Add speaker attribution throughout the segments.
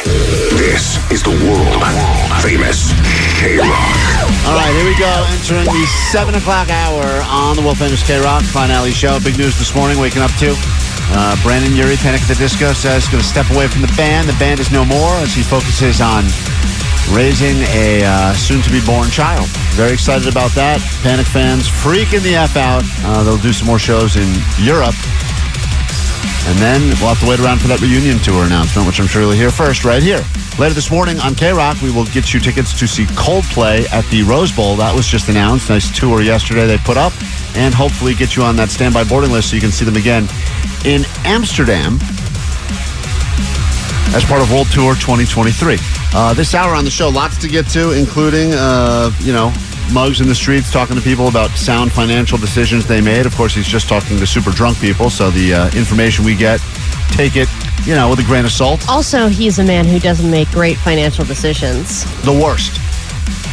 Speaker 1: This is the world famous K Rock.
Speaker 2: All right, here we go. Entering the 7 o'clock hour on the Wolf Famous K Rock Klein Alley Show. Big news this morning, waking up to. Uh, Brandon Yuri, Panic at the Disco, says he's going to step away from the band. The band is no more as he focuses on raising a uh, soon to be born child. Very excited about that. Panic fans freaking the F out. Uh, they'll do some more shows in Europe. And then we'll have to wait around for that reunion tour announcement, which I'm sure you'll hear first right here. Later this morning on K Rock, we will get you tickets to see Coldplay at the Rose Bowl. That was just announced. Nice tour yesterday they put up. And hopefully get you on that standby boarding list so you can see them again in Amsterdam as part of World Tour 2023. Uh, this hour on the show, lots to get to, including, uh, you know, mugs in the streets talking to people about sound financial decisions they made. Of course, he's just talking to super drunk people, so the uh, information we get, take it, you know, with a grain of salt.
Speaker 3: Oh.
Speaker 4: Also, he's a man who doesn't make great financial decisions.
Speaker 2: The worst.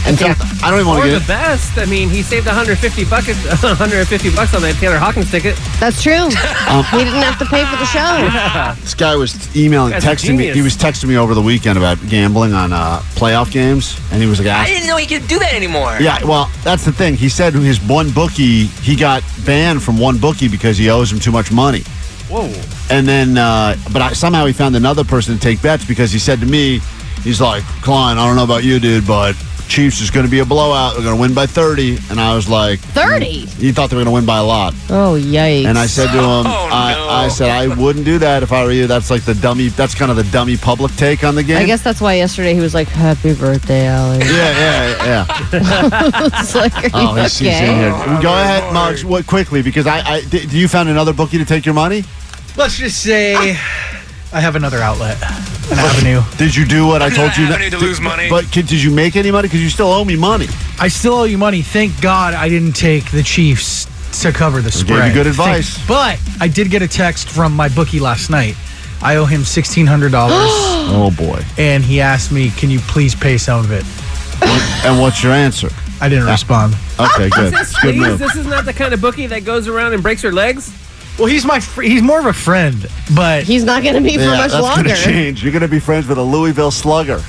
Speaker 2: And some- I don't even want
Speaker 3: Or
Speaker 2: to
Speaker 3: the
Speaker 2: get.
Speaker 3: best. I mean, he saved 150 buckets, 150 bucks on that Taylor Hawkins ticket.
Speaker 4: That's true. we didn't have to pay for the show.
Speaker 2: This guy was emailing,
Speaker 3: Guy's a
Speaker 2: texting me.
Speaker 3: genius.
Speaker 2: He was texting me over the weekend about gambling on uh, playoff games, and he was like,
Speaker 5: I
Speaker 2: ask-
Speaker 5: didn't know he could do that anymore.
Speaker 2: Yeah, well, that's the thing. He said his one bookie, he got banned from one bookie because he owes him too much money.
Speaker 3: Whoa.
Speaker 2: And then, uh, but I, somehow he found another person to take bets because he said to me, he's like, Klein, I don't know about you, dude, but Chiefs is going to be a blowout. They're going to win by 30. And I was like,
Speaker 4: 30?
Speaker 2: He thought they were going to win by a lot.
Speaker 4: Oh, yikes.
Speaker 2: And I said to him,
Speaker 5: Oh,
Speaker 2: I,
Speaker 5: no.
Speaker 2: I said, I wouldn't do that if I were you. That's like the dummy, that's kind of the dummy public take on the game.
Speaker 6: I guess that's why yesterday he was like, "Happy birthday, Alex."
Speaker 2: Yeah, yeah, yeah.
Speaker 6: It's like, are you
Speaker 2: Oh, he's, he's in
Speaker 6: okay?
Speaker 2: here. Go ahead, Muggs, what, quickly, because I, I d- do you found another bookie to take your money?
Speaker 7: Let's just say I have another outlet, an avenue.
Speaker 2: Did you do what I told you?
Speaker 5: Avenue to lose money.
Speaker 2: But kid, did you make any money? Because you still owe me money.
Speaker 7: I still owe you money. Thank God I didn't take the Chiefs to cover the
Speaker 2: you
Speaker 7: spread.
Speaker 2: good
Speaker 7: Thank-
Speaker 2: advice.
Speaker 7: but I did get a text from my bookie last night. I owe him sixteen hundred dollars,
Speaker 2: Oh boy.
Speaker 7: and he asked me, "Can you please pay some of it?"
Speaker 2: And what's your answer?
Speaker 7: I didn't respond.
Speaker 2: Okay, good. It's a good
Speaker 3: Please,
Speaker 2: move.
Speaker 3: this is not the kind of bookie that goes around and breaks her legs.
Speaker 7: Well, he's my fr- he's more of a friend, but
Speaker 6: He's not going to be for
Speaker 2: Yeah,
Speaker 6: much
Speaker 2: that's
Speaker 6: longer.
Speaker 2: gonna change. You're gonna be friends with a Louisville Slugger.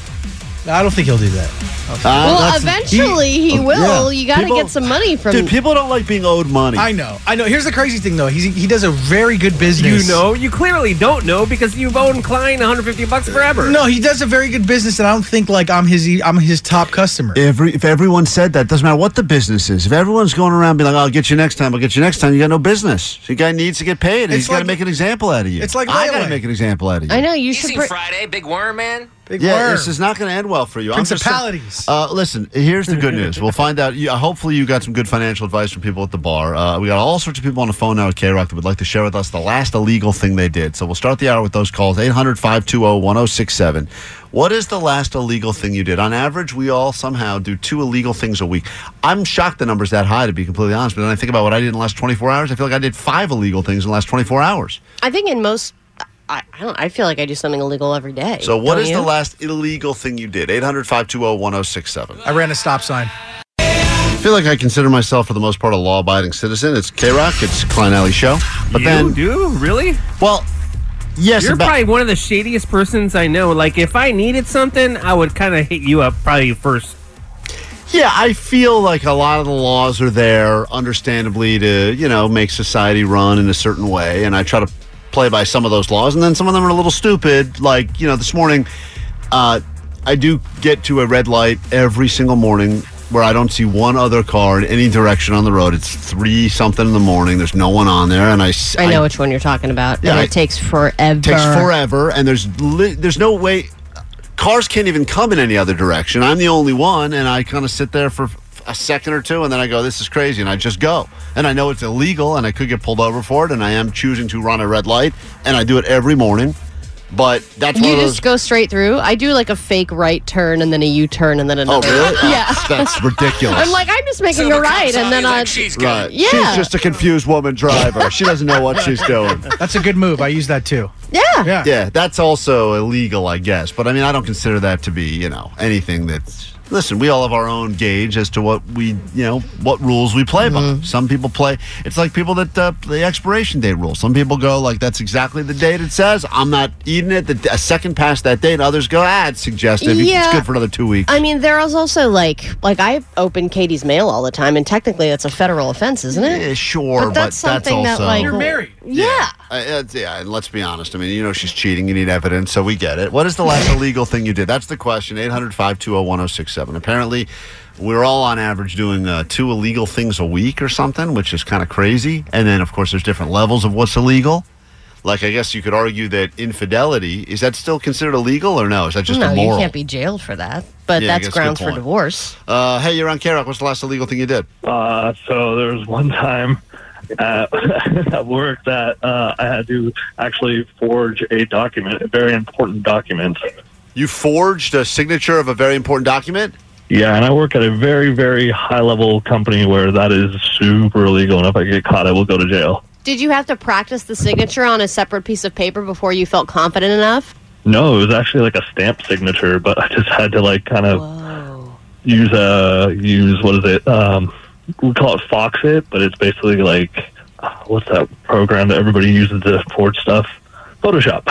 Speaker 7: I don't think he'll do that.
Speaker 2: Uh,
Speaker 6: Well,
Speaker 2: that's-
Speaker 6: eventually he, will.
Speaker 2: oh, yeah.
Speaker 6: You got to
Speaker 2: People-
Speaker 6: get some money from.
Speaker 2: Dude, people don't like being owed money.
Speaker 7: I know, I know. Here's the crazy thing, though. He's, he does a very good business.
Speaker 3: You know, you clearly don't know because you've owned Klein 150 bucks forever.
Speaker 7: No, he does a very good business, and I don't think like I'm his e, I'm his top customer.
Speaker 2: Every if everyone said that, doesn't matter what the business is. If everyone's going around being like, "Oh, "I'll get you next time, I'll get you next time," you got no business. The guy needs to get paid, and
Speaker 7: It's
Speaker 2: he's got to
Speaker 7: like-
Speaker 2: make an example out of you.
Speaker 7: it's like
Speaker 2: I got to
Speaker 7: Railway.
Speaker 2: make an example out of you.
Speaker 6: I know you
Speaker 5: You
Speaker 6: should.
Speaker 5: seen
Speaker 6: Pre-
Speaker 5: Friday, Big Worm Man?
Speaker 7: Big
Speaker 2: Yeah,
Speaker 7: worm.
Speaker 2: this is not going to end well for you. I'm just saying-
Speaker 7: Principalities.
Speaker 2: uh, listen, here's the good news. We'll find out. You, hopefully, you got some good financial advice from people at the bar. Uh, we got all sorts of people on the phone now at K Rock that would like to share with us the last illegal thing they did. So we'll start the hour with those calls 800 520 1067. What is the last illegal thing you did? On average, we all somehow do two illegal things a week. I'm shocked the number's that high, to be completely honest. But then I think about what I did in the last 24 hours. I feel like I did five illegal things in the last 24 hours.
Speaker 6: I think in most, I, I don't. I feel like I do something illegal every day.
Speaker 2: So, what
Speaker 4: Oh,
Speaker 6: don't
Speaker 2: is
Speaker 6: you?
Speaker 2: the last illegal thing you did? 800 520 1067.
Speaker 7: I ran a stop sign.
Speaker 2: I feel like I consider myself, for the most part, a law abiding citizen. It's K Rock, it's Klein Alley Show. But
Speaker 3: you
Speaker 2: then,
Speaker 3: do really?
Speaker 2: well, yes,
Speaker 3: You're
Speaker 2: about-
Speaker 3: probably one of the shadiest persons I know. Like, if I needed something, I would kind of hit you up probably first.
Speaker 2: yeah, I feel like a lot of the laws are there, understandably, to, you know, make society run in a certain way. And I try to play by some of those laws. And then some of them are a little stupid. Like, you know, this morning, uh, I do get to a red light every single morning where I don't see one other car in any direction on the road. It's three something in the morning. There's no one on there, and I s-
Speaker 4: I know
Speaker 2: I-
Speaker 4: which one you're talking about.
Speaker 2: Yeah,
Speaker 4: and
Speaker 2: I-
Speaker 4: it takes forever.
Speaker 2: takes forever, and there's li- there's no way cars can't even come in any other direction. I'm the only one, and I kind of sit there for a second or two, and then I go, "This is crazy," and I just go. And I know it's illegal, and I could get pulled over for it, and I am choosing to run a red light, and I do it every morning. But that's one
Speaker 4: You
Speaker 2: of those.
Speaker 4: just go straight through. I do like a fake right turn and then a U turn and then
Speaker 2: oh,
Speaker 4: another.
Speaker 2: really?
Speaker 4: Yeah.
Speaker 2: Oh, that's ridiculous.
Speaker 4: I'm like, I'm just making
Speaker 8: So
Speaker 4: a
Speaker 8: the
Speaker 4: right
Speaker 8: cops on
Speaker 4: and then
Speaker 8: you like,
Speaker 4: I.
Speaker 8: she's got
Speaker 2: Right.
Speaker 4: Yeah.
Speaker 2: She's just a confused woman driver. she doesn't know what she's doing.
Speaker 7: That's a good move. I use that too.
Speaker 4: yeah.
Speaker 7: Yeah.
Speaker 2: Yeah, that's also illegal, I guess. But I mean, I don't consider that to be, you know, anything that's. Listen, we all have our own gauge as to what we, you know, what rules we play
Speaker 4: Mm-hmm.
Speaker 2: by. Some people play. It's like people that uh, the expiration date rule. Some people go like, "That's exactly the date it says. I'm not eating it." The, a second past that date, others go, "Ah, it's suggestive. It's
Speaker 4: Yeah.
Speaker 2: good for another two weeks."
Speaker 4: I mean, there is also like, like I open Katie's mail all the time, and technically that's a federal offense, isn't it?
Speaker 2: Yeah, Eh, sure,
Speaker 4: But that's
Speaker 2: but that's
Speaker 4: something that,
Speaker 2: also
Speaker 4: like-
Speaker 7: You're married.
Speaker 4: Yeah.
Speaker 2: Uh, it's- yeah, and let's be honest. I mean, you know she's cheating. You need evidence, so we get it. What is the last illegal thing you did? That's the question. 800 520 1067. Apparently, we're all on average doing uh, two illegal things a week or something, which is kind of crazy. And then, of course, there's different levels of what's illegal. Like, I guess you could argue that infidelity is that still considered illegal or no? Is that just
Speaker 4: no,
Speaker 2: immoral?
Speaker 4: you can't be jailed for that. But
Speaker 2: Yeah, I guess
Speaker 4: that's
Speaker 2: good
Speaker 4: grounds for
Speaker 2: point.
Speaker 4: divorce.
Speaker 2: uh, hey, you're on K Rock. What's the last illegal thing you did?
Speaker 9: Uh, so there was one time uh, at work that uh, I had to actually forge a document, a very important document.
Speaker 2: You forged a signature of a very important document.
Speaker 9: Yeah, and I work at a very, very high level company where that is super illegal. And if I get caught, I will go to jail.
Speaker 4: Did you have to practice the signature on a separate piece of paper before you felt confident
Speaker 2: Uh.
Speaker 4: enough?
Speaker 9: No, it was actually like a stamp signature, but I just had to like kind of use uh use what is it? Um, we call it Foxit, but it's basically like uh, what's that program that everybody uses to forge stuff? Photoshop.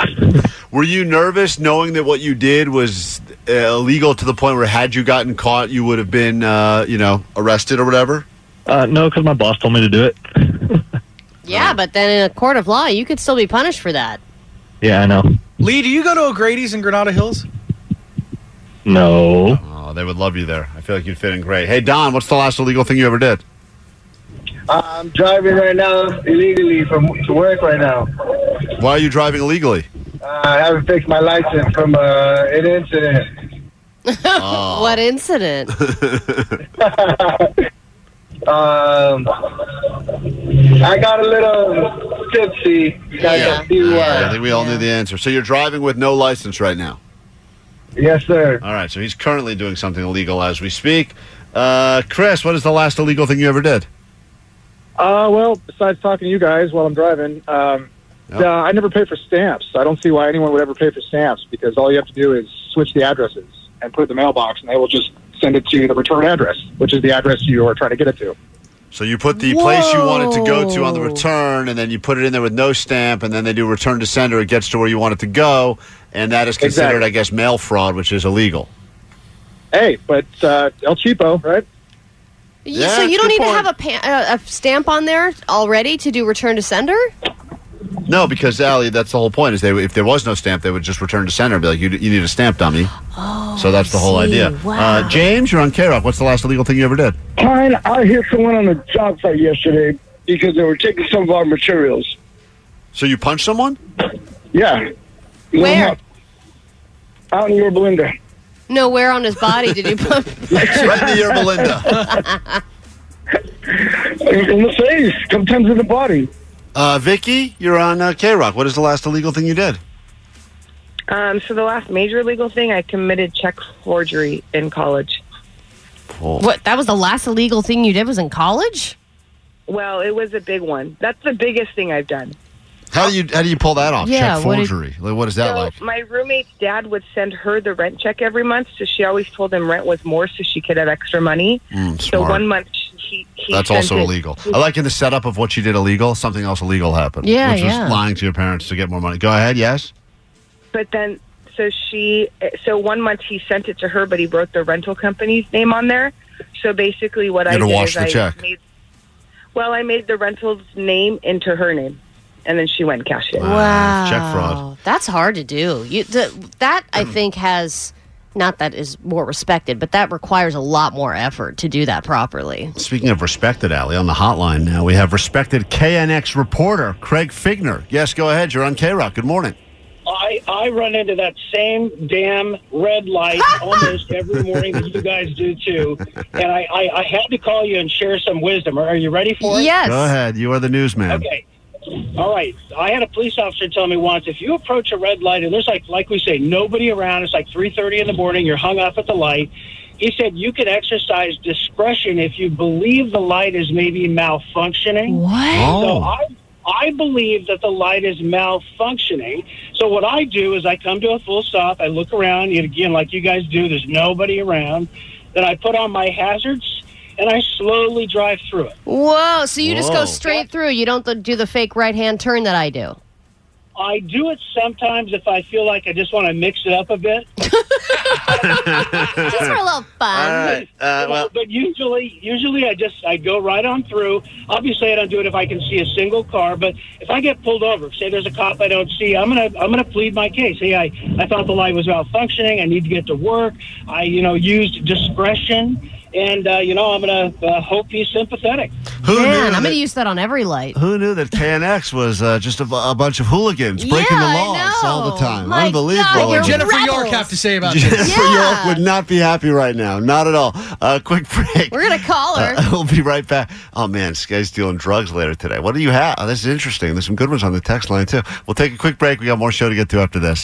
Speaker 2: Were you nervous knowing that what you did was uh, illegal to the point where had you gotten caught, you would have been, uh, you know, arrested or whatever?
Speaker 9: Uh, no, because my boss told me to do it.
Speaker 4: Yeah, but then in a court of law, you could still be punished for that.
Speaker 9: Yeah, I know.
Speaker 7: Lee, do you go to O'Grady's in Granada Hills?
Speaker 9: No.
Speaker 2: Oh, they would love you there. I feel like you'd fit in great. Hey, Don, what's the last illegal thing you ever did?
Speaker 10: I'm driving right now illegally from to work right now.
Speaker 2: Why are you driving illegally?
Speaker 10: Uh, I haven't fixed my license from uh, an incident.
Speaker 2: Oh.
Speaker 4: What incident?
Speaker 10: Um, I got a little tipsy. Got
Speaker 4: Yeah.
Speaker 10: a DUI.
Speaker 2: I think we all knew the answer. So you're driving with no license right now.
Speaker 10: Yes, sir.
Speaker 2: All right, so he's currently doing something illegal as we speak. Uh, Chris, what is the last illegal thing you ever did?
Speaker 11: Uh, well, besides talking to you guys while I'm driving, um,
Speaker 2: Yep.
Speaker 11: uh, I never pay for stamps. I don't see why anyone would ever pay for stamps because all you have to do is switch the addresses and put it in the mailbox, and they will just send it to the return address, which is the address you are trying to get it to.
Speaker 2: So you put the place you wanted to go to on the
Speaker 4: Whoa.
Speaker 2: return, and then you put it in there with no stamp, and then they do return to sender. It gets to where you want it to go, and that is considered,
Speaker 11: Exactly.
Speaker 2: I guess, mail fraud, which is illegal.
Speaker 11: Hey, but uh, El Cheapo, right?
Speaker 4: You-
Speaker 2: Yeah,
Speaker 4: so you don't
Speaker 2: good
Speaker 4: need
Speaker 2: point.
Speaker 4: to have a, pa- uh, a stamp on there already to do return to sender?
Speaker 2: No, because Ali, that's the whole point. Is they if there was no stamp, they would just return to sender and be like, "You, you need a stamp, dummy." Oh, so that's the whole
Speaker 4: I see.
Speaker 2: idea.
Speaker 4: Wow.
Speaker 2: Uh, James, you're on K Rock. What's the last illegal thing you ever did?
Speaker 10: Pine, I hit someone on a job site yesterday because they were taking some of our materials.
Speaker 2: So you punched someone?
Speaker 10: Yeah.
Speaker 4: Where?
Speaker 10: Out in your Belinda.
Speaker 4: No, where on his body did you put?
Speaker 2: right in the ear, Belinda.
Speaker 10: In, in the face. Sometimes in the body.
Speaker 2: Uh, Vicky, you're on uh, K Rock. What is the last illegal thing you did?
Speaker 5: Um, so the last major legal thing, I committed check forgery in college.
Speaker 4: what? That was the last illegal thing you did was in college?
Speaker 5: Well, it was a big one. That's the biggest thing I've done.
Speaker 2: How do you how do you pull that off?
Speaker 4: Yeah,
Speaker 2: Check
Speaker 4: what did-
Speaker 2: forgery. Like, what is that
Speaker 5: so
Speaker 2: like?
Speaker 5: my roommate's dad would send her the rent check every month, so she always told him rent was more, so she could have extra money.
Speaker 2: Mm,
Speaker 5: So
Speaker 2: smart.
Speaker 5: one month he, he
Speaker 2: That's
Speaker 5: sent
Speaker 2: also
Speaker 5: it-
Speaker 2: illegal. I like in the setup of what you did illegal, something else illegal happened.
Speaker 4: Yeah,
Speaker 2: which
Speaker 4: yeah.
Speaker 2: was lying to your parents to get more money. Go ahead, yes.
Speaker 5: But then, so she, so one month he sent it to her, but he wrote the rental company's name on there. So basically, what
Speaker 2: You
Speaker 5: I
Speaker 2: had to
Speaker 5: did
Speaker 2: wash
Speaker 5: is
Speaker 2: the
Speaker 5: I
Speaker 2: check.
Speaker 5: made, well, I made the rental's name into her name, and then she went and cashed it.
Speaker 2: Wow. Check fraud.
Speaker 4: That's hard to do. You th- that I think has not that is more respected, but that requires a lot more effort to do that properly.
Speaker 2: Speaking of respected, Allie, on the hotline now, we have respected KNX reporter Craig Figner. Yes, go ahead. You're on K Rock. Good morning.
Speaker 3: I, I run into that same damn red light almost every morning that you guys do too. And I, I, I had to call you and share some wisdom. Are, are you ready for it?
Speaker 2: Go ahead. You are the newsman.
Speaker 3: Okay. All right. I had a police officer tell me once if you approach a red light and there's like like we say nobody around, it's like 3:30 in the morning, you're hung up at the light. He said you can exercise discretion if you believe the light is maybe malfunctioning. What?
Speaker 12: Oh.
Speaker 3: So
Speaker 4: uh,
Speaker 3: I I believe that the light is malfunctioning. So what I do is I come to a full stop, I look around, and again like you guys do, there's nobody around. Then I put on my hazards and I slowly drive through it.
Speaker 4: Whoa! So you just
Speaker 3: Whoa.
Speaker 4: go straight through. You don't th- do the fake right hand turn that I do.
Speaker 3: I do it sometimes if I feel like I just want to mix it up a bit.
Speaker 4: Just for a little fun.
Speaker 3: well, but usually, usually I just I go right on through. Obviously, I don't do it if I can see a single car. But if I get pulled over, say there's a cop I don't see, I'm gonna I'm gonna plead my case. Hey, I I thought the light was malfunctioning. I need to get to work. I you know used discretion, and uh, you know I'm gonna uh, hope he's sympathetic.
Speaker 2: Who knew
Speaker 4: Man, I'm
Speaker 2: that-
Speaker 4: going to use that on every light.
Speaker 2: Who knew that KNX was uh, just a, bu- a bunch of hooligans breaking the
Speaker 4: Yeah, I
Speaker 2: laws all the time?
Speaker 4: My
Speaker 2: Unbelievable.
Speaker 7: What would Jennifer York have to say about
Speaker 2: Jennifer
Speaker 7: this?
Speaker 2: York would not be happy right now. Not at all. Uh, quick break.
Speaker 4: We're gonna call her.
Speaker 2: Uh, we'll be right back. Oh man, this guy's dealing drugs later today. What do you have? Oh, this is interesting. There's some good ones on the text line too. We'll take a quick break. We got more show to get to after this.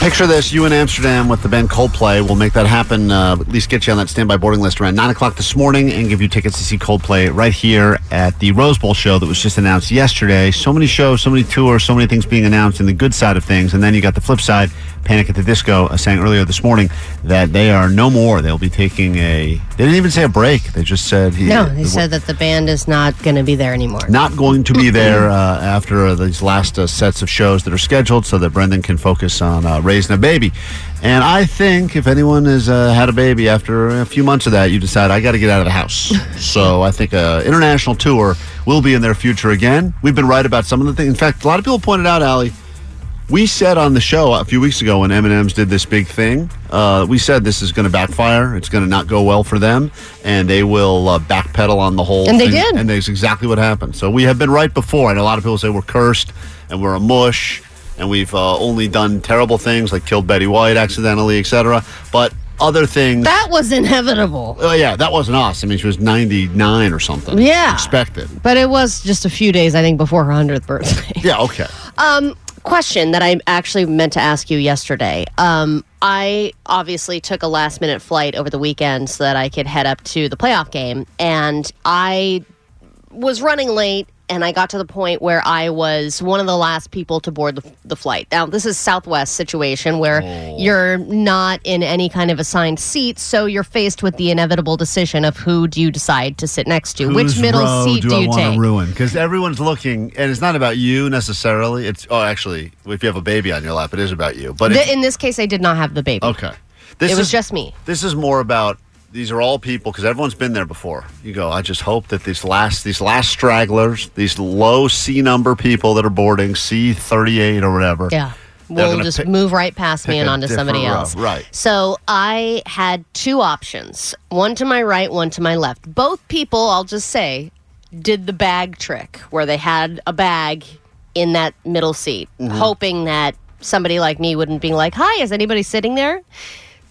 Speaker 2: Picture this: you in Amsterdam with the band Coldplay. We'll make that happen. Uh, at least get you on that standby boarding list around nine o'clock this morning, and give you tickets to see Coldplay right here at the Rose Bowl show that was just announced yesterday. So many shows, so many tours, so many things being announced in the good side of things, and then you got the flip side. Panic at the Disco uh, saying earlier this morning that they are no more. They'll be taking a. They didn't even say a break. They just said
Speaker 4: No, they said that the band is not going to be there anymore.
Speaker 2: not going to be there uh, after uh, these last uh, sets of shows that are scheduled so that Brendan can focus on uh, raising a baby. And I think if anyone has uh, had a baby after a few months of that, you decide, I got to get out of the house. so I think an international tour will be in their future again. We've been right about some of the things. In fact, a lot of people pointed out, Allie, we said on the show a few weeks ago when M&M's did this big thing, uh, we said this is going to backfire. It's going to not go well for them, and they will uh, backpedal on the whole.
Speaker 4: And they
Speaker 2: thing,
Speaker 4: did.
Speaker 2: and that's exactly what happened. So we have been right before, and a lot of people say we're cursed and we're a mush, and we've uh, only done terrible things like killed Betty White accidentally, etc. But other things.
Speaker 4: That was inevitable.
Speaker 2: Oh yeah, that wasn't us. I mean, she was 99 or something.
Speaker 4: Yeah.
Speaker 2: expected.
Speaker 4: But it was just a few days, I think, before her 100th birthday.
Speaker 2: Yeah, okay.
Speaker 4: Um, question that I actually meant to ask you yesterday. Um, I obviously took a last minute flight over the weekend so that I could head up to the playoff game, and I was running late. And I got to the point where I was one of the last people to board the, the flight. Now, this is Southwest situation where
Speaker 2: Oh.
Speaker 4: you're not in any kind of assigned seat, so you're faced with the inevitable decision of who do you decide to sit next to? Which
Speaker 2: Whose
Speaker 4: middle
Speaker 2: row
Speaker 4: seat do,
Speaker 2: I
Speaker 4: you
Speaker 2: wanna
Speaker 4: take?
Speaker 2: ruin? Because everyone's looking, and it's not about you necessarily. It's oh, actually, if you have a baby on your lap, it is about you. But
Speaker 4: The-
Speaker 2: it's-
Speaker 4: in this case, I did not have the baby.
Speaker 2: okay, this
Speaker 4: it was
Speaker 2: is-
Speaker 4: just me.
Speaker 2: This is more about these are all people because everyone's been there before. You go. I just hope that these last these last stragglers, these low C number people that are boarding C thirty eight or whatever.
Speaker 4: Yeah.
Speaker 2: they're
Speaker 4: We'll
Speaker 2: gonna
Speaker 4: just
Speaker 2: pick-
Speaker 4: move right past me
Speaker 2: pick
Speaker 4: and
Speaker 2: a
Speaker 4: onto
Speaker 2: different
Speaker 4: somebody
Speaker 2: row.
Speaker 4: else.
Speaker 2: Right.
Speaker 4: So I had two options one to my right, one to my left. Both people, I'll just say, did the bag trick where they had a bag in that middle seat,
Speaker 12: Mhm.
Speaker 2: Mm-hmm.
Speaker 4: hoping that somebody like me wouldn't be like, Hi, is anybody sitting there?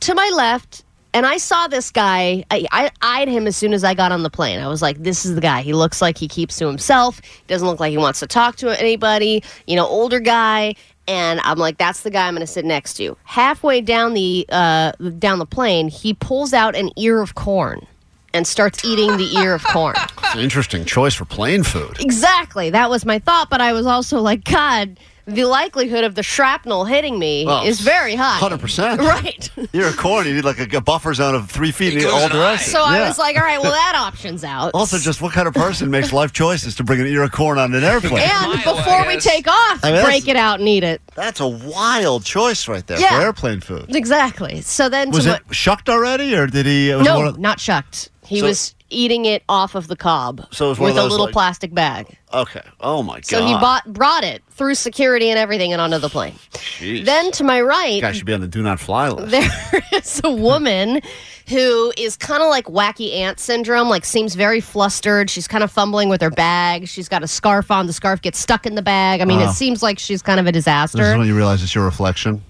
Speaker 4: To my left, and I saw this guy. I, I eyed him as soon as I got on the plane. I was like, this is the guy. He looks like he keeps to himself. He doesn't look like he wants to talk to anybody, you know, older guy. And I'm like, that's the guy I'm going to sit next to. Halfway down the uh, down the plane, he pulls out an ear of corn and starts eating the ear of corn.
Speaker 2: It's an interesting choice for plane food.
Speaker 4: Exactly. That was my thought, but I was also like, God, the likelihood of the shrapnel hitting me
Speaker 2: Well,
Speaker 4: is very high.
Speaker 2: 100%.
Speaker 4: Right.
Speaker 2: You're a corn. You need like a, a buffer zone of three feet. and all the rest.
Speaker 4: So I
Speaker 2: Yeah.
Speaker 4: was like, all right, well, that option's out.
Speaker 2: Also, just what kind of person makes life choices to bring an ear of corn on an airplane?
Speaker 4: and before we take off,
Speaker 2: I mean, that's-
Speaker 4: break it out and eat it.
Speaker 2: That's a wild choice right there
Speaker 4: Yeah.
Speaker 2: for airplane food.
Speaker 4: Exactly. So then,
Speaker 2: Was
Speaker 4: to
Speaker 2: it shucked already, or did he? it
Speaker 4: what,
Speaker 2: was one
Speaker 4: no,
Speaker 2: of-
Speaker 4: not shucked. He
Speaker 2: So-
Speaker 4: was eating it off of the cob
Speaker 2: So it was one
Speaker 4: with
Speaker 2: of
Speaker 4: a
Speaker 2: those,
Speaker 4: little
Speaker 2: like-
Speaker 4: plastic bag.
Speaker 2: okay. Oh my god.
Speaker 4: So he bought brought it through security and everything and onto the plane.
Speaker 2: Jeez.
Speaker 4: Then to my right,
Speaker 2: guy should be on the do not fly list.
Speaker 4: there is a woman who is kind of like wacky aunt syndrome like seems very flustered she's kind of fumbling with her bag she's got a scarf on the scarf gets stuck in the bag i mean
Speaker 2: Wow.
Speaker 4: it seems like she's kind of a
Speaker 2: This is
Speaker 4: disaster
Speaker 2: when you realize it's your reflection.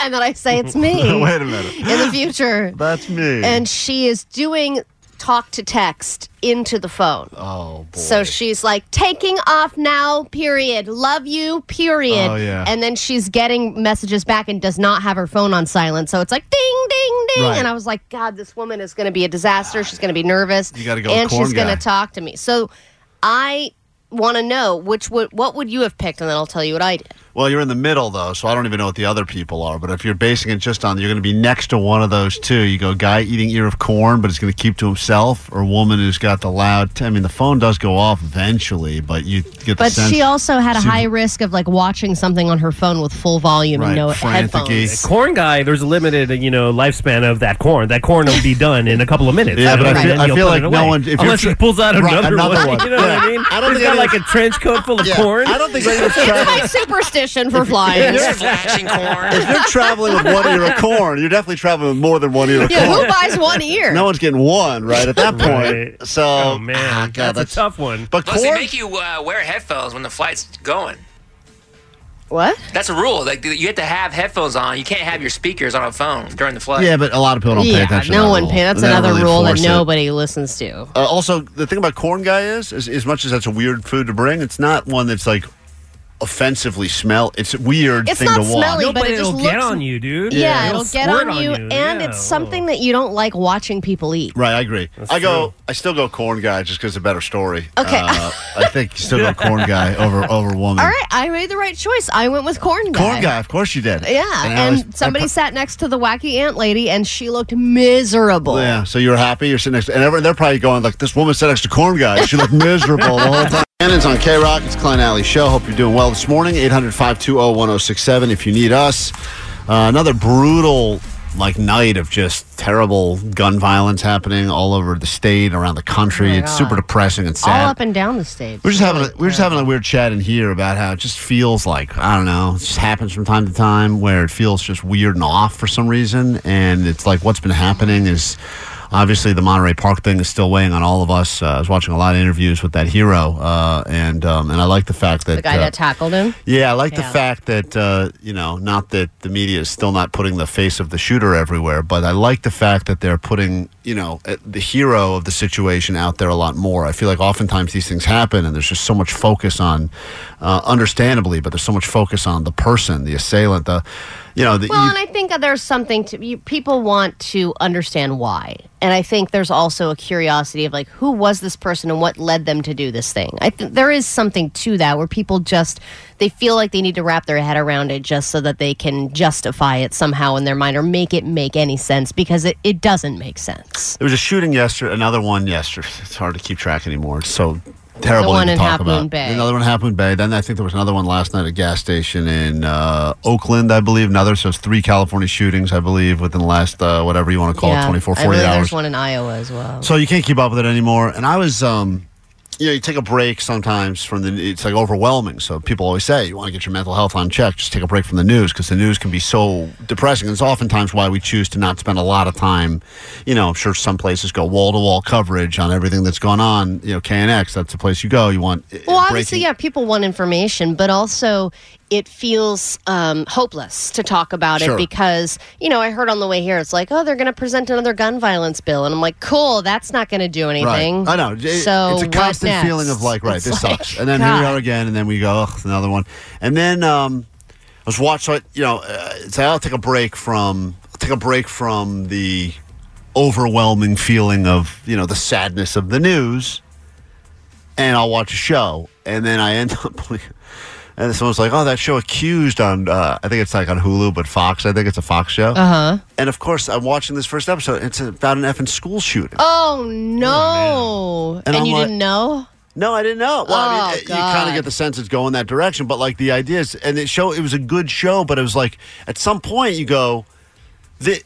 Speaker 4: and then i say it's me
Speaker 2: Wait a minute.
Speaker 4: in the future
Speaker 2: That's me.
Speaker 4: and she is doing talk to text into the phone
Speaker 2: oh,
Speaker 4: so she's like taking off now period love you period
Speaker 2: Oh, yeah.
Speaker 4: and then she's getting messages back and does not have her phone on silent so it's like ding ding ding
Speaker 2: Right.
Speaker 4: and i was like god this woman is going to be a disaster she's going to be nervous
Speaker 2: You gotta go with
Speaker 4: and
Speaker 2: corn
Speaker 4: she's going
Speaker 2: guy.
Speaker 4: to talk to me so i want to know which would what would you have picked and then i'll tell you what i did
Speaker 2: well, you're in the middle though, so I don't even know what the other people are. But if you're basing it just on, you're going to be next to one of those two. You go, guy eating ear of corn, but it's going to keep to himself, or woman who's got the loud. I mean, the phone does go off eventually, but you get the
Speaker 4: but
Speaker 2: sense.
Speaker 4: she also had a
Speaker 2: She-
Speaker 4: high risk of like watching something on her phone with full volume and no headphones
Speaker 13: Corn guy, there's a limited, you know, lifespan of that corn. That corn will be done in a couple of minutes.
Speaker 2: Yeah,
Speaker 13: you know,
Speaker 2: but
Speaker 13: and
Speaker 2: I feel-
Speaker 13: then
Speaker 2: I
Speaker 13: you'll
Speaker 2: feel
Speaker 13: put
Speaker 2: like
Speaker 13: it
Speaker 2: no
Speaker 13: away.
Speaker 2: one- if
Speaker 13: unless
Speaker 2: you're
Speaker 13: he pulls out
Speaker 2: Right,
Speaker 13: another,
Speaker 2: another
Speaker 13: one.
Speaker 2: one.
Speaker 13: You know what
Speaker 2: Yeah.
Speaker 13: I mean?
Speaker 2: I don't
Speaker 13: He's
Speaker 2: think
Speaker 13: got
Speaker 2: anyone's-
Speaker 13: like a trench coat full of
Speaker 2: Yeah,
Speaker 13: corn.
Speaker 2: I don't Oh, think anyone's
Speaker 4: it's
Speaker 2: trying.
Speaker 4: my superstition for flying
Speaker 2: If you're traveling with one ear of corn, you're definitely traveling with more than one ear of
Speaker 4: yeah
Speaker 2: corn.
Speaker 4: who buys one ear
Speaker 2: No one's getting one right at that point.
Speaker 13: Right.
Speaker 2: So,
Speaker 13: Oh, man.
Speaker 2: ah, God,
Speaker 13: That's a tough one.
Speaker 2: But
Speaker 8: Plus, they
Speaker 2: corn,
Speaker 8: make you uh, wear headphones when the flight's going.
Speaker 4: What?
Speaker 8: That's a rule. Like you have to have headphones on. You can't have your speakers on a phone during the flight.
Speaker 2: yeah, but a lot of people don't pay
Speaker 4: yeah,
Speaker 2: attention. to
Speaker 4: no
Speaker 2: that
Speaker 4: one
Speaker 2: rule.
Speaker 4: pay. That's
Speaker 2: They don't
Speaker 4: another
Speaker 2: really
Speaker 4: rule that
Speaker 2: enforce it.
Speaker 4: nobody listens to.
Speaker 2: Uh, also, the thing about corn guy is, is, as much as that's a weird food to bring, it's not one that's like offensively smell. It's a weird
Speaker 4: It's
Speaker 2: thing
Speaker 4: not
Speaker 2: to want.
Speaker 4: smelly, but, it just
Speaker 13: it'll
Speaker 4: looks.
Speaker 13: get on you, dude.
Speaker 4: Yeah,
Speaker 2: Yeah.
Speaker 4: it'll,
Speaker 2: It'll
Speaker 4: get
Speaker 2: squirt
Speaker 4: on,
Speaker 2: on
Speaker 4: you,
Speaker 2: you,
Speaker 4: and
Speaker 2: yeah.
Speaker 4: it's something that you don't like watching people eat.
Speaker 2: Right, I agree. I go. I still go corn guy just because it's a better story.
Speaker 4: Okay.
Speaker 2: uh, I think still go corn guy over over woman.
Speaker 4: All right, I made the right choice. I went with corn guy.
Speaker 2: Corn guy, of course you did.
Speaker 4: Yeah,
Speaker 2: I
Speaker 4: and,
Speaker 2: was-
Speaker 4: somebody sat next to the wacky ant lady, and she looked miserable.
Speaker 2: Yeah, so you're happy. You're sitting next, to, and everyone, they're probably going like, "This woman sat next to corn guy. She looked miserable the whole time." And it's on K Rock. It's Klein Alley Show. Hope you're doing well this morning. 800-520-1067 If you need us, uh, another brutal like night of just terrible gun violence happening all over the state, around the country.
Speaker 4: Oh my
Speaker 2: it's
Speaker 4: God.
Speaker 2: super depressing and sad.
Speaker 4: All up and down the stage.
Speaker 2: We're just having a, we're just having a weird chat in here about how it just feels like I don't know. It just happens from time to time where it feels just weird and off for some reason, and it's like what's been happening is obviously the Monterey Park thing is still weighing on all of us. Uh, I was watching a lot of interviews with that hero, uh, and um, and I like the fact that
Speaker 4: the guy
Speaker 2: uh,
Speaker 4: that tackled him.
Speaker 2: yeah, I like the
Speaker 4: Yeah.
Speaker 2: fact that uh, you know, not that the media is still not putting the face of the shooter everywhere, but I like the fact that they're putting you know uh, the hero of the situation out there a lot more. I feel like oftentimes these things happen, and there's just so much focus on, uh, understandably, but there's so much focus on the person, the assailant, the you know, the
Speaker 4: Well,
Speaker 2: you-
Speaker 4: and I think that there's something to you, people want to understand why, and I think there's also a curiosity of like who was this person and what led them to do this thing. I think there is something to that where people just they feel like they need to wrap their head around it just so that they can justify it somehow in their mind or make it make any sense because it, it doesn't make sense.
Speaker 2: there was a shooting yesterday, another one yesterday. It's hard to keep track anymore. It's so terrible
Speaker 4: The one
Speaker 2: to
Speaker 4: in
Speaker 2: talk
Speaker 4: Half
Speaker 2: about.
Speaker 4: Moon Bay.
Speaker 2: Another one in Half Moon Bay. Then I think there was another one last night at a gas station in uh, Oakland, I believe. Another, so it's three California shootings, I believe, within the last uh, whatever you want to call it, 24,
Speaker 4: I
Speaker 2: 48
Speaker 4: believe
Speaker 2: hours.
Speaker 4: There's one in Iowa as well.
Speaker 2: So you can't keep up with it anymore. And I was, um, you know, you take a break sometimes from the. It's like overwhelming. So people always say you want to get your mental health on check. Just take a break from the news because the news can be so depressing. And it's oftentimes why we choose to not spend a lot of time. You know, I'm sure some places go wall to wall coverage on everything that's going on. You know, KNX. That's the place you go. You want. uh,
Speaker 4: Well,
Speaker 2: breaking-
Speaker 4: obviously, yeah, people want information, but also it feels um, hopeless to talk about
Speaker 2: Sure.
Speaker 4: it because, you know, I heard on the way here, it's like, oh, they're going to present another gun violence bill. And I'm like, cool, that's not going to do anything.
Speaker 2: Right. I know. It-
Speaker 4: so
Speaker 2: it's a
Speaker 4: what
Speaker 2: constant
Speaker 4: next?
Speaker 2: feeling of like, right,
Speaker 4: It's
Speaker 2: this
Speaker 4: like,
Speaker 2: sucks, and then here we are again, and then we go, ugh, another one, and then um, I was watching, you know, uh, so I'll take a break from I'll take a break from the overwhelming feeling of you know the sadness of the news, and I'll watch a show, and then I end up. And someone's like, "Oh, that show Accused on uh, I think it's like on Hulu, but Fox. I think it's a Fox show."
Speaker 4: Uh huh.
Speaker 2: And of course, I'm watching this first episode. It's about an effing school shooting.
Speaker 4: Oh no!
Speaker 2: And
Speaker 4: and
Speaker 2: I'm
Speaker 4: you
Speaker 2: like-
Speaker 4: didn't know?
Speaker 2: No, I didn't know. Well, I
Speaker 4: Oh,
Speaker 2: mean, it- you kind of
Speaker 4: God.
Speaker 2: get the sense it's going that direction, but like the idea is, and it show it was a good show, but it was like at some point you go, that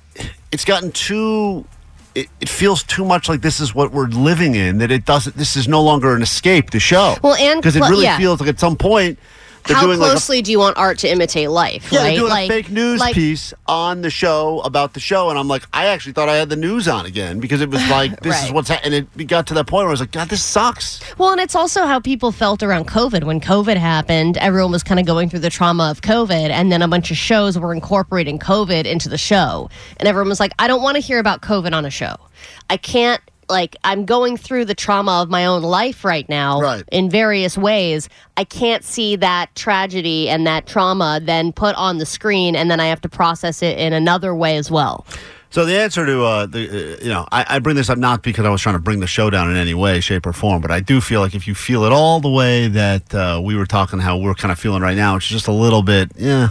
Speaker 2: it's gotten too. It, it feels too much like this is what we're living in. That it doesn't. This is no longer an escape. The show.
Speaker 4: Well, and
Speaker 2: because it
Speaker 4: cl-
Speaker 2: really
Speaker 4: yeah.
Speaker 2: feels like at some point they're
Speaker 4: How
Speaker 2: doing like a
Speaker 4: closely do you want art to imitate life?
Speaker 2: yeah,
Speaker 4: right?
Speaker 2: they're doing
Speaker 4: like,
Speaker 2: a fake news
Speaker 4: like,
Speaker 2: piece on the show about the show, and I'm like, I actually thought I had the news on again because it was like, this is
Speaker 4: Right.
Speaker 2: what's happening. And it got to that point where I was like, God, this sucks.
Speaker 4: Well, and it's also how people felt around COVID. When COVID happened, everyone was kind of going through the trauma of COVID, and then a bunch of shows were incorporating COVID into the show. And everyone was like, I don't want to hear about COVID on a show. I can't, like, I'm going through the trauma of my own life right now in various ways. I can't see that tragedy and that trauma then put on the screen, and then I have to process it in another way as well.
Speaker 2: So the answer to uh, the uh, you know I, I bring this up not because I was trying to bring the show down in any way, shape, or form, but I do feel like if you feel it all the way that uh, we were talking, how we're kind of feeling right now, it's just a little bit, yeah,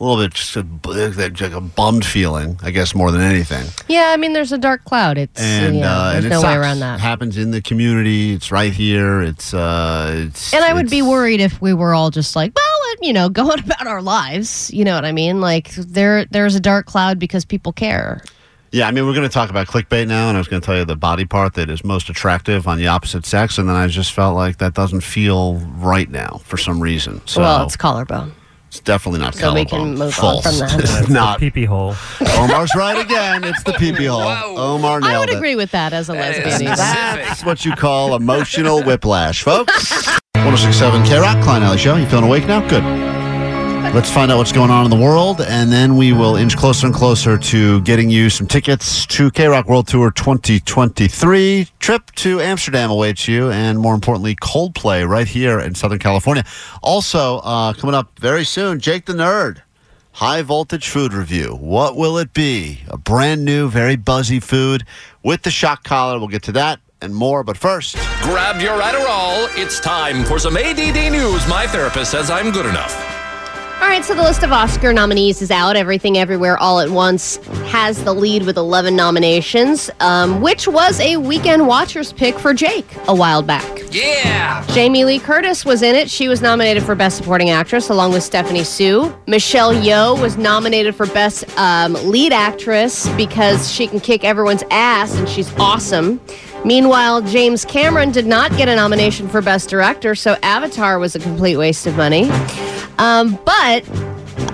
Speaker 2: a little bit just a, bu- that- like a bummed feeling, I guess, more than anything.
Speaker 4: Yeah, I mean, there's a dark cloud. It's,
Speaker 2: And
Speaker 4: yeah,
Speaker 2: uh,
Speaker 4: there's
Speaker 2: and it
Speaker 4: no way
Speaker 2: sucks.
Speaker 4: around that.
Speaker 2: It happens in the community. It's right here. It's uh, it's
Speaker 4: And I would be worried if we were all just like, well, you know, going about our lives. You know what I mean? Like there, there's a dark cloud because people care.
Speaker 2: Yeah, I mean, we're going to talk about clickbait now, and I was going to tell you the body part that is most attractive on the opposite sex, and then I just felt like that doesn't feel right now for some reason. So
Speaker 4: well, it's collarbone.
Speaker 2: it's definitely not
Speaker 4: so we can
Speaker 2: collarbone.
Speaker 4: move on
Speaker 2: False.
Speaker 4: from that.
Speaker 2: It's
Speaker 4: It's the
Speaker 2: not peepee hole. Omar's right again. It's the peepee hole. Omar nailed
Speaker 4: I would
Speaker 2: it.
Speaker 4: agree with that as a lesbian. either.
Speaker 2: That's what you call emotional whiplash, folks. 1067 K Rock, Klein Alley Show. You feeling awake now? Good. Let's find out what's going on in the world, and then we will inch closer and closer to getting you some tickets to K Rock World Tour 2023. Trip to Amsterdam awaits you, and more importantly, Coldplay right here in Southern California. Also, uh, coming up very soon, Jake the Nerd. High voltage food review. What will it be? A brand new, very buzzy food with the shock collar. We'll get to that and more, but first.
Speaker 12: Grab your Adderall. It's time for some ADD news. My therapist says I'm good enough.
Speaker 4: All right, so the list of Oscar nominees is out. Everything Everywhere All at Once has the lead with 11 nominations, um, which was a weekend watchers pick for Jake a while back.
Speaker 12: Yeah!
Speaker 4: Jamie Lee Curtis was in it. She was nominated for Best Supporting Actress along with Stephanie Sue. Michelle Yeoh was nominated for Best um, Lead Actress because she can kick everyone's ass and she's awesome. Meanwhile, James Cameron did not get a nomination for Best Director, so Avatar was a complete waste of money. Um, but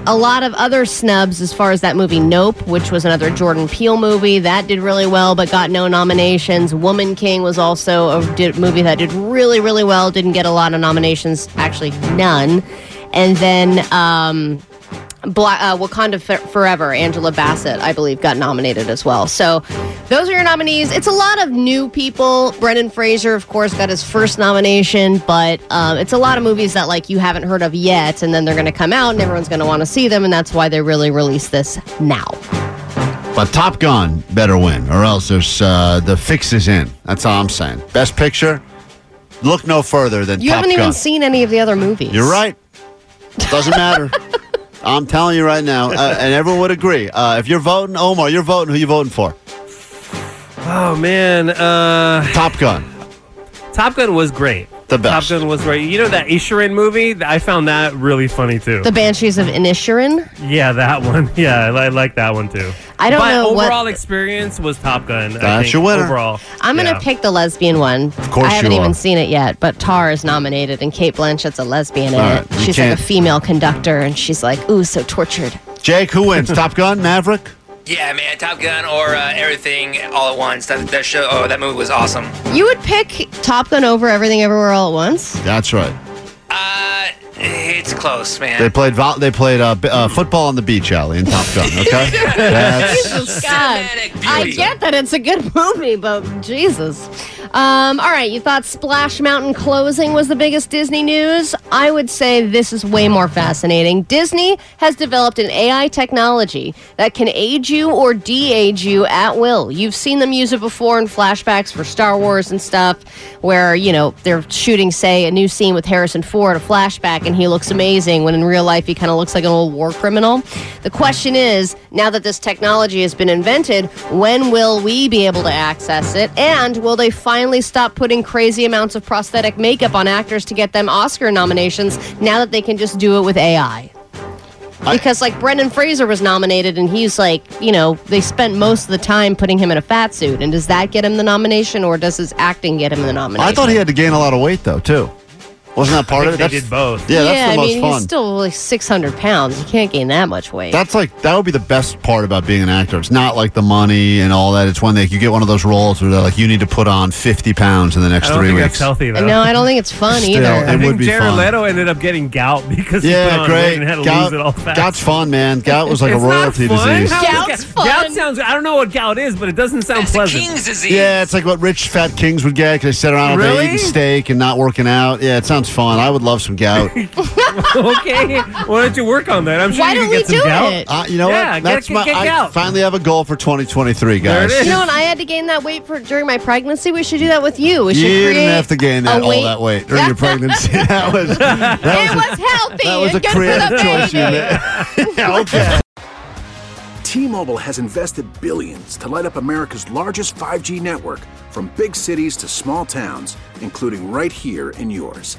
Speaker 4: a lot of other snubs as far as that movie Nope, which was another Jordan Peele movie that did really well but got no nominations. Woman King was also a did, movie that did really, really well, didn't get a lot of nominations, actually, none. And then um, Bla- uh, Wakanda Fer- Forever, Angela Bassett, I believe, got nominated as well. So those are your nominees. It's a lot of new people. Brendan Fraser, of course, got his first nomination, but um, it's a lot of movies that like you haven't heard of yet, and then they're going to come out, and everyone's going to want to see them, and that's why they really released this now.
Speaker 2: But Top Gun better win, or else there's uh, the fix is in. That's all I'm saying. Best picture. Look no further than
Speaker 4: You
Speaker 2: Top
Speaker 4: haven't
Speaker 2: Gun.
Speaker 4: even seen any of the other movies.
Speaker 2: You're right. Doesn't matter. I'm telling you right now, uh, and everyone would agree. Uh, if you're voting, Omar, you're voting. Who you voting for?
Speaker 13: Oh man, uh,
Speaker 2: Top Gun.
Speaker 13: Top Gun was great.
Speaker 2: The best.
Speaker 13: Top Gun was great. You know that Isherin movie? I found that really funny too.
Speaker 4: The Banshees of Inisherin.
Speaker 13: yeah, that one. Yeah, I, I like that one too.
Speaker 4: I don't
Speaker 13: but
Speaker 4: know what-
Speaker 13: overall experience was Top Gun. I
Speaker 2: That's
Speaker 13: think,
Speaker 2: your winner.
Speaker 13: Overall,
Speaker 4: I'm going to
Speaker 13: Yeah.
Speaker 4: pick the lesbian one. Of
Speaker 2: course
Speaker 4: I haven't
Speaker 2: you
Speaker 4: even
Speaker 2: are.
Speaker 4: seen it yet, but Tar is nominated, and Kate Blanchett's a lesbian in
Speaker 2: All right,
Speaker 4: it.
Speaker 2: you
Speaker 4: She's
Speaker 2: can't-
Speaker 4: like a female conductor, and she's like, ooh, so tortured.
Speaker 2: Jake, who wins? Top Gun, Maverick.
Speaker 8: Yeah, man, Top Gun or uh, everything all at once. That that show, oh, that movie was awesome.
Speaker 4: You would pick Top Gun over Everything Everywhere All at Once?
Speaker 2: That's right.
Speaker 8: It's close, man.
Speaker 2: They played. Vo- they played uh, b- uh, football on the beach alley in Top Gun. Okay. That's-
Speaker 4: Jesus God. I get that it's a good movie, but Jesus. Um, all right, you thought Splash Mountain closing was the biggest Disney news? I would say this is way more fascinating. Disney has developed an AI technology that can age you or de-age you at will. You've seen them use it before in flashbacks for Star Wars and stuff, where you know they're shooting, say, a new scene with Harrison Ford, a flashback, and he looks amazing when in real life he kind of looks like an old war criminal. The question is, now that this technology has been invented, when will we be able to access it? And will they finally stop putting crazy amounts of prosthetic makeup on actors to get them Oscar nominations now that they can just do it with AI? Because like Brendan Fraser was nominated and he's like, you know, they spent most of the time putting him in a fat suit. And does that get him the nomination or does his acting get him the nomination?
Speaker 2: I thought he had to gain a lot of weight though too. Wasn't that part
Speaker 3: I
Speaker 2: of it?
Speaker 3: think they did both.
Speaker 2: Yeah, that's the
Speaker 4: I
Speaker 2: most
Speaker 4: mean,
Speaker 2: fun.
Speaker 4: he's still like 600 pounds. You can't gain that much weight.
Speaker 2: That's like that would be the best part about being an actor. It's not like the money and all that. It's when they you get one of those roles where they're like, you need to put on fifty pounds in the next
Speaker 3: I don't
Speaker 2: three
Speaker 3: think
Speaker 2: weeks.
Speaker 3: that's healthy though.
Speaker 4: no, I don't think it's fun
Speaker 2: Still,
Speaker 4: either.
Speaker 2: it would be
Speaker 3: Jared
Speaker 2: fun.
Speaker 3: Leto ended up getting gout because he put
Speaker 2: yeah,
Speaker 3: on
Speaker 2: great.
Speaker 3: weight and had to
Speaker 2: Gout-
Speaker 3: lose it all fast.
Speaker 2: Gout's fun, man. Gout was like
Speaker 3: It's
Speaker 2: a
Speaker 3: not
Speaker 2: royalty
Speaker 3: fun.
Speaker 2: disease.
Speaker 3: How- Gout sounds. I don't know what gout is, but it doesn't sound pleasant.
Speaker 2: Yeah, it's like what rich fat kings would get because they sit around all day
Speaker 3: Really?
Speaker 2: eating steak and not working out. Yeah, it sounds fun. I would love some gout.
Speaker 3: okay. Why don't you work on that? I'm sure
Speaker 4: Why
Speaker 3: you
Speaker 4: don't
Speaker 3: can get
Speaker 4: we
Speaker 3: some
Speaker 4: do
Speaker 3: gout.
Speaker 4: it?
Speaker 2: Uh, you know what?
Speaker 3: Yeah, get-
Speaker 2: That's
Speaker 3: get-
Speaker 2: my.
Speaker 3: get
Speaker 2: I
Speaker 3: gout.
Speaker 2: finally have a goal for 2023, guys.
Speaker 4: You know, and I had to gain that weight for during my pregnancy. We should do that with you. We should
Speaker 2: you
Speaker 4: create
Speaker 2: didn't have to gain
Speaker 4: a
Speaker 2: that all
Speaker 4: weight.
Speaker 2: that weight during your pregnancy. That was that was, a-
Speaker 4: It's healthy.
Speaker 2: that was a
Speaker 4: and good for
Speaker 2: creative
Speaker 4: the
Speaker 2: choice you
Speaker 4: baby.
Speaker 2: made. yeah, okay.
Speaker 1: T-Mobile has invested billions to light up America's largest 5G network from big cities to small towns, including right here in yours.